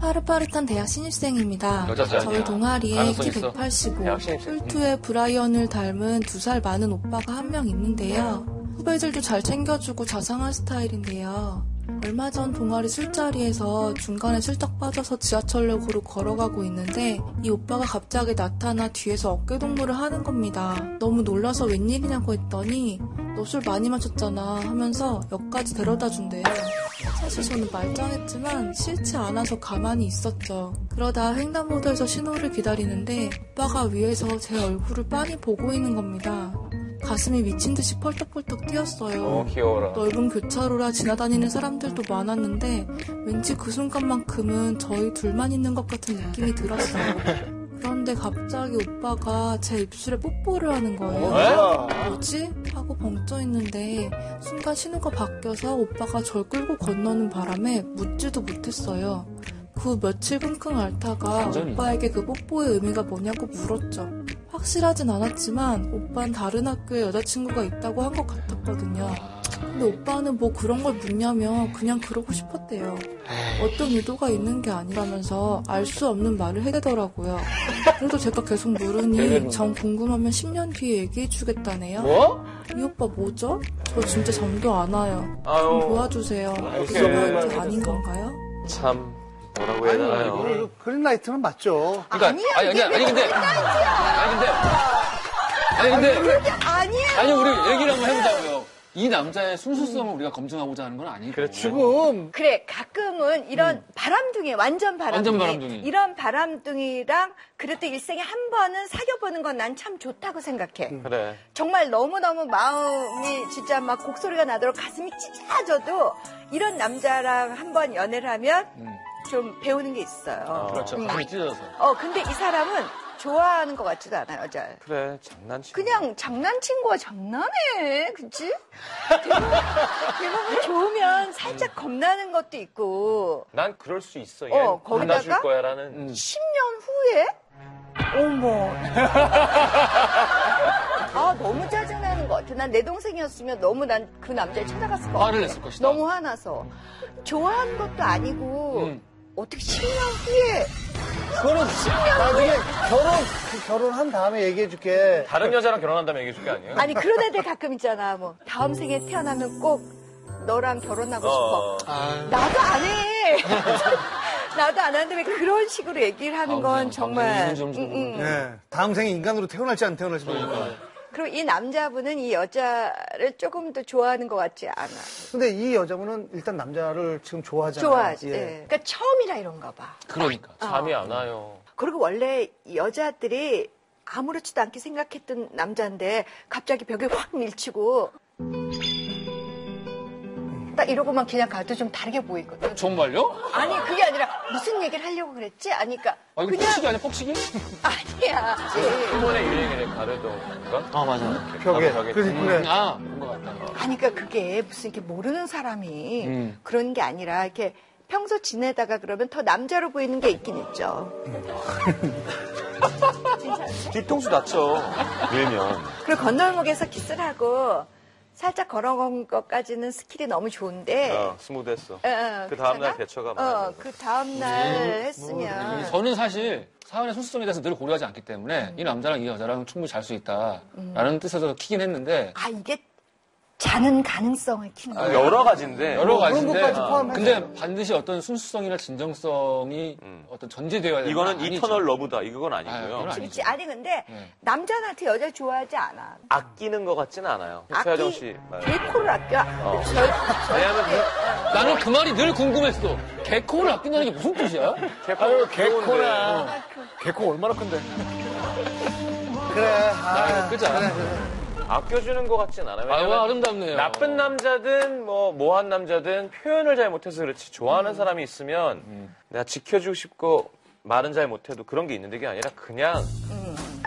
파릇파릇한 대학 신입생입니다. 여자지 저희 아니야. 동아리에 가능성 키 있어. 185, 대학 신입생. 음. 툴투의 브라이언을 닮은 두 살 많은 오빠가 한 명 있는데요. 네. 후배들도 잘 챙겨주고 자상한 스타일인데요. 얼마 전 동아리 술자리에서 중간에 슬쩍 빠져서 지하철역으로 걸어가고 있는데 이 오빠가 갑자기 나타나 뒤에서 어깨동무를 하는 겁니다. 너무 놀라서 웬일이냐고 했더니 너 술 많이 마셨잖아 하면서 역까지 데려다 준대요. 사실 저는 말짱했지만 싫지 않아서 가만히 있었죠. 그러다 횡단보도에서 신호를 기다리는데 오빠가 위에서 제 얼굴을 빤히 보고 있는 겁니다. 가슴이 미친 듯이 펄떡펄떡 뛰었어요. 너무 귀여워라. 넓은 교차로라 지나다니는 사람들도 많았는데 왠지 그 순간만큼은 저희 둘만 있는 것 같은 느낌이 들었어요. 그런데 갑자기 오빠가 제 입술에 뽀뽀를 하는 어? 거예요. 뭐지? 하고 벙쪄 있는데 순간 신호가 바뀌어서 오빠가 절 끌고 건너는 바람에 묻지도 못했어요. 그 며칠 끙끙 앓다가 완전히. 오빠에게 그 뽀뽀의 의미가 뭐냐고 물었죠. 확실하진 않았지만 오빠는 다른 학교에 여자친구가 있다고 한 것 같았거든요. 근데 오빠는 뭐 그런 걸 묻냐며 그냥 그러고 싶었대요. 어떤 의도가 있는 게 아니라면서 알 수 없는 말을 해대더라고요. 그래도 제가 계속 물으니 전 궁금하면 10년 뒤에 얘기해주겠다네요. 뭐? 이 오빠 뭐죠? 저 진짜 잠도 안 와요. 좀 아유, 네. 도와주세요. 알겠어요. 이거 아닌 건가요? 참. 뭐라고 해야 아니, 되나요? 이거를 그린라이트는 맞죠. 그러니까, 아니, 아니, 아니, 근데. 아니, 근데. 아니, 근데. 아니에요. 아니 우리 얘기를 한번 해보자고요. 이 남자의 순수성을 우리가 검증하고자 하는 건 아니고. 그렇죠. 지금 그래 가끔은 이런 바람둥이 완전 바람둥이, 음. 완전 바람둥이. 이런 바람둥이랑 그래도 일생에 한 번은 사귀어보는 건 난 참 좋다고 생각해. 음. 그래. 정말 너무너무 마음이 진짜 막 곡소리가 나도록 가슴이 찢어져도 이런 남자랑 한 번 연애를 하면 음. 좀 배우는 게 있어요. 그렇죠. 음. 많이 찢어서. 어 근데 이 사람은 좋아하는 것 같지도 않아요. 잘. 그래, 장난치. 그냥 장난친 거야 장난해 그치? 대부분, 대부분 좋으면 살짝 겁나는 것도 있고 난 그럴 수 있어. 어, 얘는 거기다가- 만나줄 거야라는. 음. 10년 후에? 어머 아 너무 짜증나는 것 같아 난 내 동생이었으면 너무 난 그 남자를 찾아갔을 것 같아 화를 냈을 것이다. 너무 화나서 좋아하는 것도 아니고 음. 어떻게 10년 후에 그거는 나중에 결혼 그 결혼한 다음에 얘기해 줄게. 다른 여자랑 결혼한다면 얘기해줄 게 아니에요? 아니 그런 애들 가끔 있잖아 뭐 다음 생에 태어나면 꼭 너랑 결혼하고 싶어 어. 나도 안 해. 나도 안 하는데 왜 그런 식으로 얘기를 하는 다음 생각, 다음 건 정말. 생각, 이런 점수 음, 음. 네. 다음 생에 인간으로 태어날지 안 태어날지 모르겠네. 그리고 이 남자분은 이 여자를 조금 더 좋아하는 것 같지 않아. 근데 이 여자분은 일단 남자를 지금 좋아하잖아요. 좋아하지. 예. 예. 그러니까 처음이라 이런가 봐. 그러니까. 어, 잠이 안 와요. 그리고 원래 여자들이 아무렇지도 않게 생각했던 남자인데 갑자기 벽에 확 밀치고 딱 이러고만 그냥 가도 좀 다르게 보이거든. 정말요? 아니 그게 아니라 무슨 얘기를 하려고 그랬지? 아니 그러니까 아 이거 그냥 폭식이 아니야 폭식이? 아니야. 한 번에 유행이네, 가래도인가? 아 맞아. 벽에. 벽에. 그래서 음. 네. 그래. 아 그런 것 같다. 아니, 그러니까 그게 무슨 이렇게 모르는 사람이 음. 그런 게 아니라 이렇게 평소 지내다가 그러면 더 남자로 보이는 게 있긴 있죠. 뒤통수 났죠. 밀면. 그리고 건널목에서 키스를 하고 살짝 걸어간 것까지는 스킬이 너무 좋은데. 어, 스무드했어. 어, 어, 그 다음날 그렇잖아? 대처가 어, 많아요. 그 다음날 했으면. 저는 사실 사연의 순수성에 대해서 늘 고려하지 않기 때문에 이 남자랑 이 여자랑 충분히 잘 수 있다라는 뜻에서 키긴 했는데 아, 이게 자는 가능성을 키는 거야. 여러 가지인데. 네, 아. 여러 뭐 그런 가지인데 것까지 포함해서. 근데 반드시 어떤 순수성이나 진정성이 음. 어떤 전제되어야 되는 이거는 건 아니죠. 이터널 러브다. 이건 아니고요. 아, 그건 그치, 아니죠. 그치. 아니, 근데 네. 남자한테 여자 좋아하지 않아. 아끼는 것 같진 않아요. 서야정 그 씨 말. 개코를 아껴. 어. 절, 왜냐면 절대. 나는 그 말이 늘 궁금했어. 개코를 아낀다는 게 무슨 뜻이야? 개코, 개코나. 개코 얼마나 큰데? 그래. 아, 그죠? 아껴주는 것 같진 않아요. 아유 뭐, 왜냐면 아름답네요. 나쁜 남자든 뭐 모한 남자든 표현을 잘 못해서 그렇지 좋아하는 사람이 있으면 내가 지켜주고 싶고 말은 잘 못해도 그런 게 있는데 그게 아니라 그냥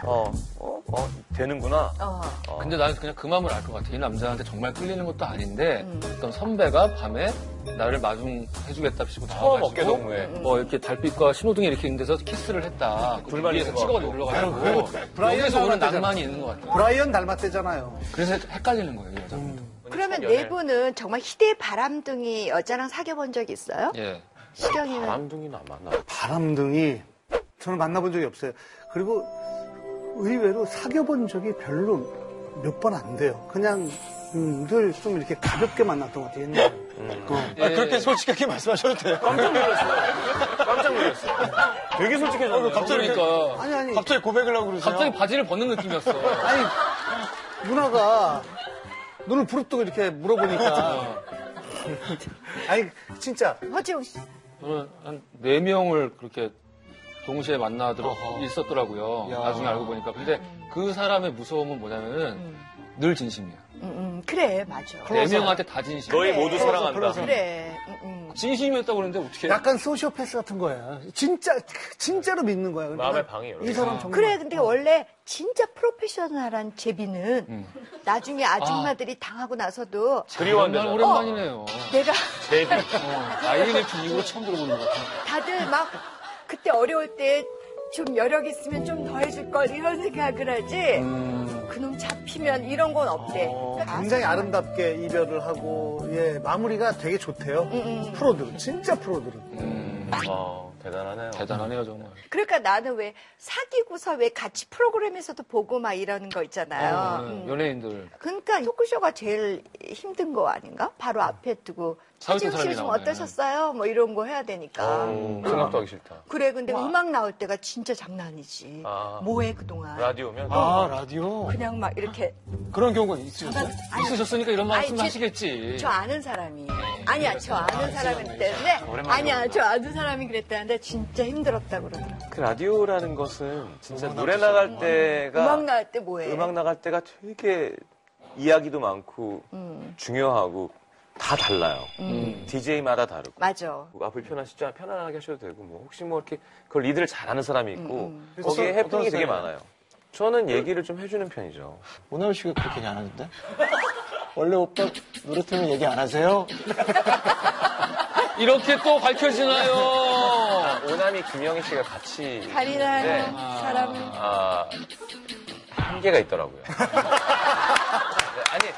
어, 어, 어, 되는구나. 뭐 어. 근데 나는 그냥 그 마음을 알 것 같아. 이 남자한테 정말 끌리는 것도 아닌데 음. 어떤 선배가 밤에 나를 마중해주겠다시고 처음 나와가지고 어깨동무에. 뭐 이렇게 달빛과 신호등이 이렇게 있는 데서 키스를 했다. 그 불만이 위에서 있을 찍어 것 같고. 아유, 올라가지고 그거 브라이언 여기서 오는 사람한테잖아. 낭만이 있는 것 같아. 브라이언 닮았대잖아요. 그래서 헷갈리는 거예요, 이 여자. 음. 그러면 연애. 네 분은 정말 희대 바람둥이 여자랑 사귀어본 적 있어요? 예. 시경이는 바람둥이는 안 만나. 바람둥이 저는 만나본 적이 없어요. 그리고 의외로 사귀어본 적이 별로 몇 번 안 돼요. 그냥 음, 늘좀 이렇게 가볍게 만났던 것 같아요. 옛날에. 음. 어. 아, 예. 그렇게 솔직하게 말씀하셔도 돼요. 깜짝 놀랐어요. 깜짝 놀랐어요. 되게 솔직해졌네요. 어, 갑자기 이렇게- 그러니까 아니 아니 갑자기 고백을 하고 그러세요? 갑자기 바지를 벗는 느낌이었어. 아니 누나가 눈을 부릅뜨고 이렇게 물어보니까 아니 진짜 허지웅 씨. 음, 저는 한 네 명을 그렇게 동시에 만나도록 있었더라고요. 야. 나중에 알고 보니까. 근데 그 사람의 무서움은 뭐냐면은 늘 진심이야. 음, 음, 그래 맞아. 네 명한테 다 진심. 너희 그래. 모두 사랑한다. 그래. 음, 음. 진심이었다고 그러는데 어떻게? 약간 소시오패스 같은 거야. 진짜 진짜로 믿는 거야. 마음의 방해요. 이 사람 정말 그래 근데 원래 진짜 프로페셔널한 제비는 음. 나중에 아줌마들이 당하고 나서도 정말 그리워한다. 오랜만이네요. 내가 제비. IMF 이후로 처음 들어보는 것 같아요. 다들 막 그때 어려울 때 좀 여력 있으면 좀 더 해줄 걸 이런 생각을 하지 음. 그놈 잡히면 이런 건 없대 아. 굉장히 아름답게 이별을 하고 예 마무리가 되게 좋대요. 프로들은 진짜 프로들은. 어, 대단하네요. 음, 대단하네요 정말. 그러니까 나는 왜 사귀고서 왜 같이 프로그램에서도 보고 막 이런 거 있잖아요 네, 음. 연예인들 그러니까 토크쇼가 제일 힘든 거 아닌가? 바로 앞에 두고 사회적 최지웅 사람이 어. 씨좀 나오네. 어떠셨어요? 뭐 이런 거 해야 되니까 오, 생각도 하기 싫다. 그래 근데 음악 나올 때가 진짜 장난이지 아. 뭐해 그동안 라디오면. 아 라디오 그냥 막 이렇게 그런 경우가 있어요. 있으셨으니까 이런 아니, 말씀 제- 하시겠지. 저 아는 네, 사람이 아니야 저 아는 사람이 그랬는데 아니야 저 아는 사람이 그랬다는데 진짜 힘들었다 그러더라고 그 라디오라는 것은 진짜 노래 나갈 때가 음악 나올 때 뭐해 그러니까 음악 나갈 때가 되게 이야기도 많고 음. 중요하고 다 달라요. 음. DJ마다 다르고. 맞아 뭐 앞을 편하시죠? 아, 편안하게 하셔도 되고 뭐 혹시 뭐 이렇게 그걸 리드를 잘하는 사람이 있고 음, 거기에 어떤- 해프닝이 어떤 되게 스타일이에요? 많아요. 저는 얘기를 좀 해주는 편이죠. 오나미 씨가 그렇게 얘기 안 하는데? 원래 오빠 노래팀은 얘기 안 하세요? 이렇게 또 밝혀지나요? 아, 오남이 김영희 씨가 같이 가리나 네. 하는 사람이 아, 한계가 있더라고요. 네, 아니,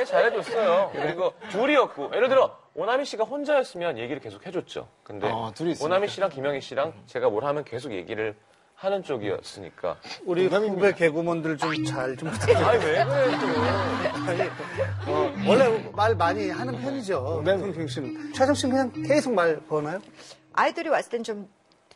아니, 잘해줬어요. 그리고 둘이었고, 예를 들어, 오나미 씨가 혼자였으면 얘기를 계속 해줬죠. 근데, 어, 둘이 있으니까. 오나미 씨랑 김영희 씨랑 제가 뭘 하면 계속 얘기를 하는 쪽이었으니까. 우리 후배 개구먼들 좀 잘 좀 부탁드려요. 아니, 왜 그래, 또. 원래 말 많이 하는 편이죠. 손경 씨는. 최정 씨는 그냥 계속 말 거나요? 아이돌이 왔을 땐 좀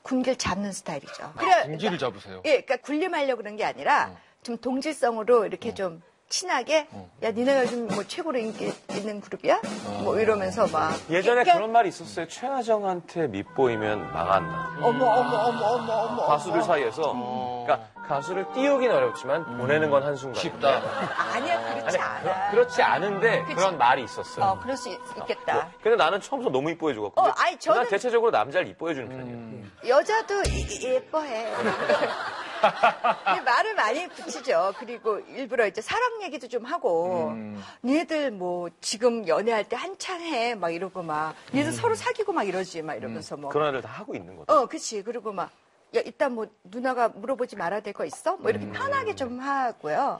군기를 잡는 아, 스타일이죠. 그래, 공지를 잡으세요. 예, 그러니까 군림하려고 그런 게 아니라 좀 동질성으로 이렇게 좀 친하게 야 니네가 요즘 뭐 최고로 인기 있는 그룹이야? 뭐 이러면서 막 예전에 그러니까 그런 말이 있었어요. 최하정한테 밑보이면 망한다. 어머 어머 어머 어머 어머 가수들 사이에서. 어. 그러니까, 가수를 띄우긴 어렵지만, 보내는 건 한순간. 쉽다. 아니야 그렇지 않아. 그렇지 않은데, 그치. 그런 말이 있었어요. 어 그럴 수 있, 겠다 뭐, 근데 나는 처음부터 너무 이뻐해 주고. 어, 아니, 저는- 난 대체적으로 남자를 이뻐해 주는 편이에요. 음. 여자도 이- 이- 예뻐해. 근데 말을 많이 붙이죠. 그리고 일부러 이제 사랑 얘기도 좀 하고, 니네들 뭐 지금 연애할 때 한창 해. 막 이러고 막, 니네들 서로 사귀고 막 이러지. 막 이러면서 뭐. 그런 애들 다 하고 있는 거죠. 어, 그치. 그리고 막, 야, 일단 뭐 누나가 물어보지 말아야 될 거 있어? 음. 뭐 이렇게 편하게 좀 하고요.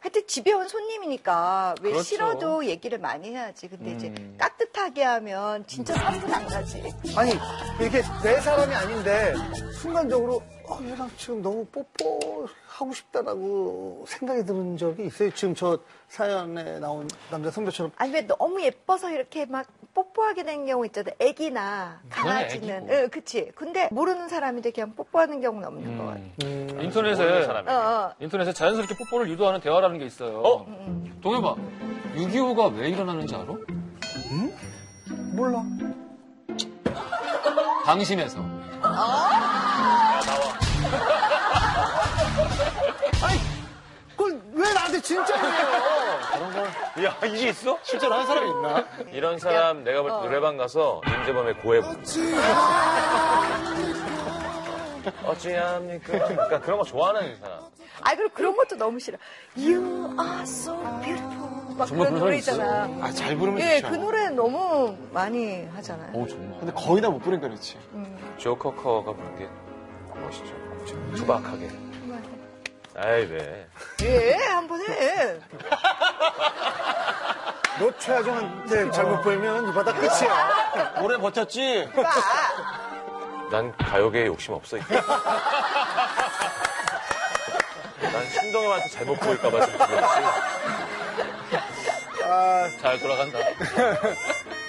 하여튼 집에 온 손님이니까 왜 그렇죠. 음. 싫어도 얘기를 많이 해야지. 근데 이제 깍듯하게 하면 진짜 3분 안 가지. 아니, 이렇게 내 사람이 아닌데, 순간적으로, 어, 얘랑 지금 너무 뽀뽀하고 싶다라고 생각이 드는 적이 있어요. 지금 저 사연에 나온 남자 선배처럼. 아니 왜 너무 예뻐서 이렇게 막 뽀뽀하게 된 경우 있잖아. 애기나 강아지는. 음, 애기고. 응, 그치. 근데 모르는 사람인데 그냥 뽀뽀하는 경우는 없는 것 음. 같아. 네. 인터넷에 어, 어. 인터넷에 자연스럽게 뽀뽀를 유도하는 대화라는 게 있어요. 음, 어? 동해봐. 6.25가 왜 일어나는지 알아? 몰라. 방심해서. 그걸 왜 나한테 진짜예요? 야, 이게 있어? 실제로 하는 사람이 있나? 이런 사람 내가 어. 볼 때 노래방 가서 임재범의 고해 부르 어찌합니까? 그러니까 그런 거 좋아하는 사람. 아, 그리고 그런 것도 너무 싫어. You are so beautiful. 막 정말 그런 그런 노래 사람 있잖아. 아 잘 부르면 예, 좋죠. 그 노래 너무 많이 하잖아요. 오 정말. 근데 거의 다 못 부르니까 그렇지. 조커커가 부른 게 멋있죠. 투박하게. 아이, 왜. 예, 한번 해. 너 최하정한테 잘못 보이면 이 바닥 끝이야. 오래 버텼지? 봐. 난 가요계에 욕심 없어. 이제. 난 신동엽한테 잘못 보일까봐 지금 두렵지. 아, 잘 돌아간다.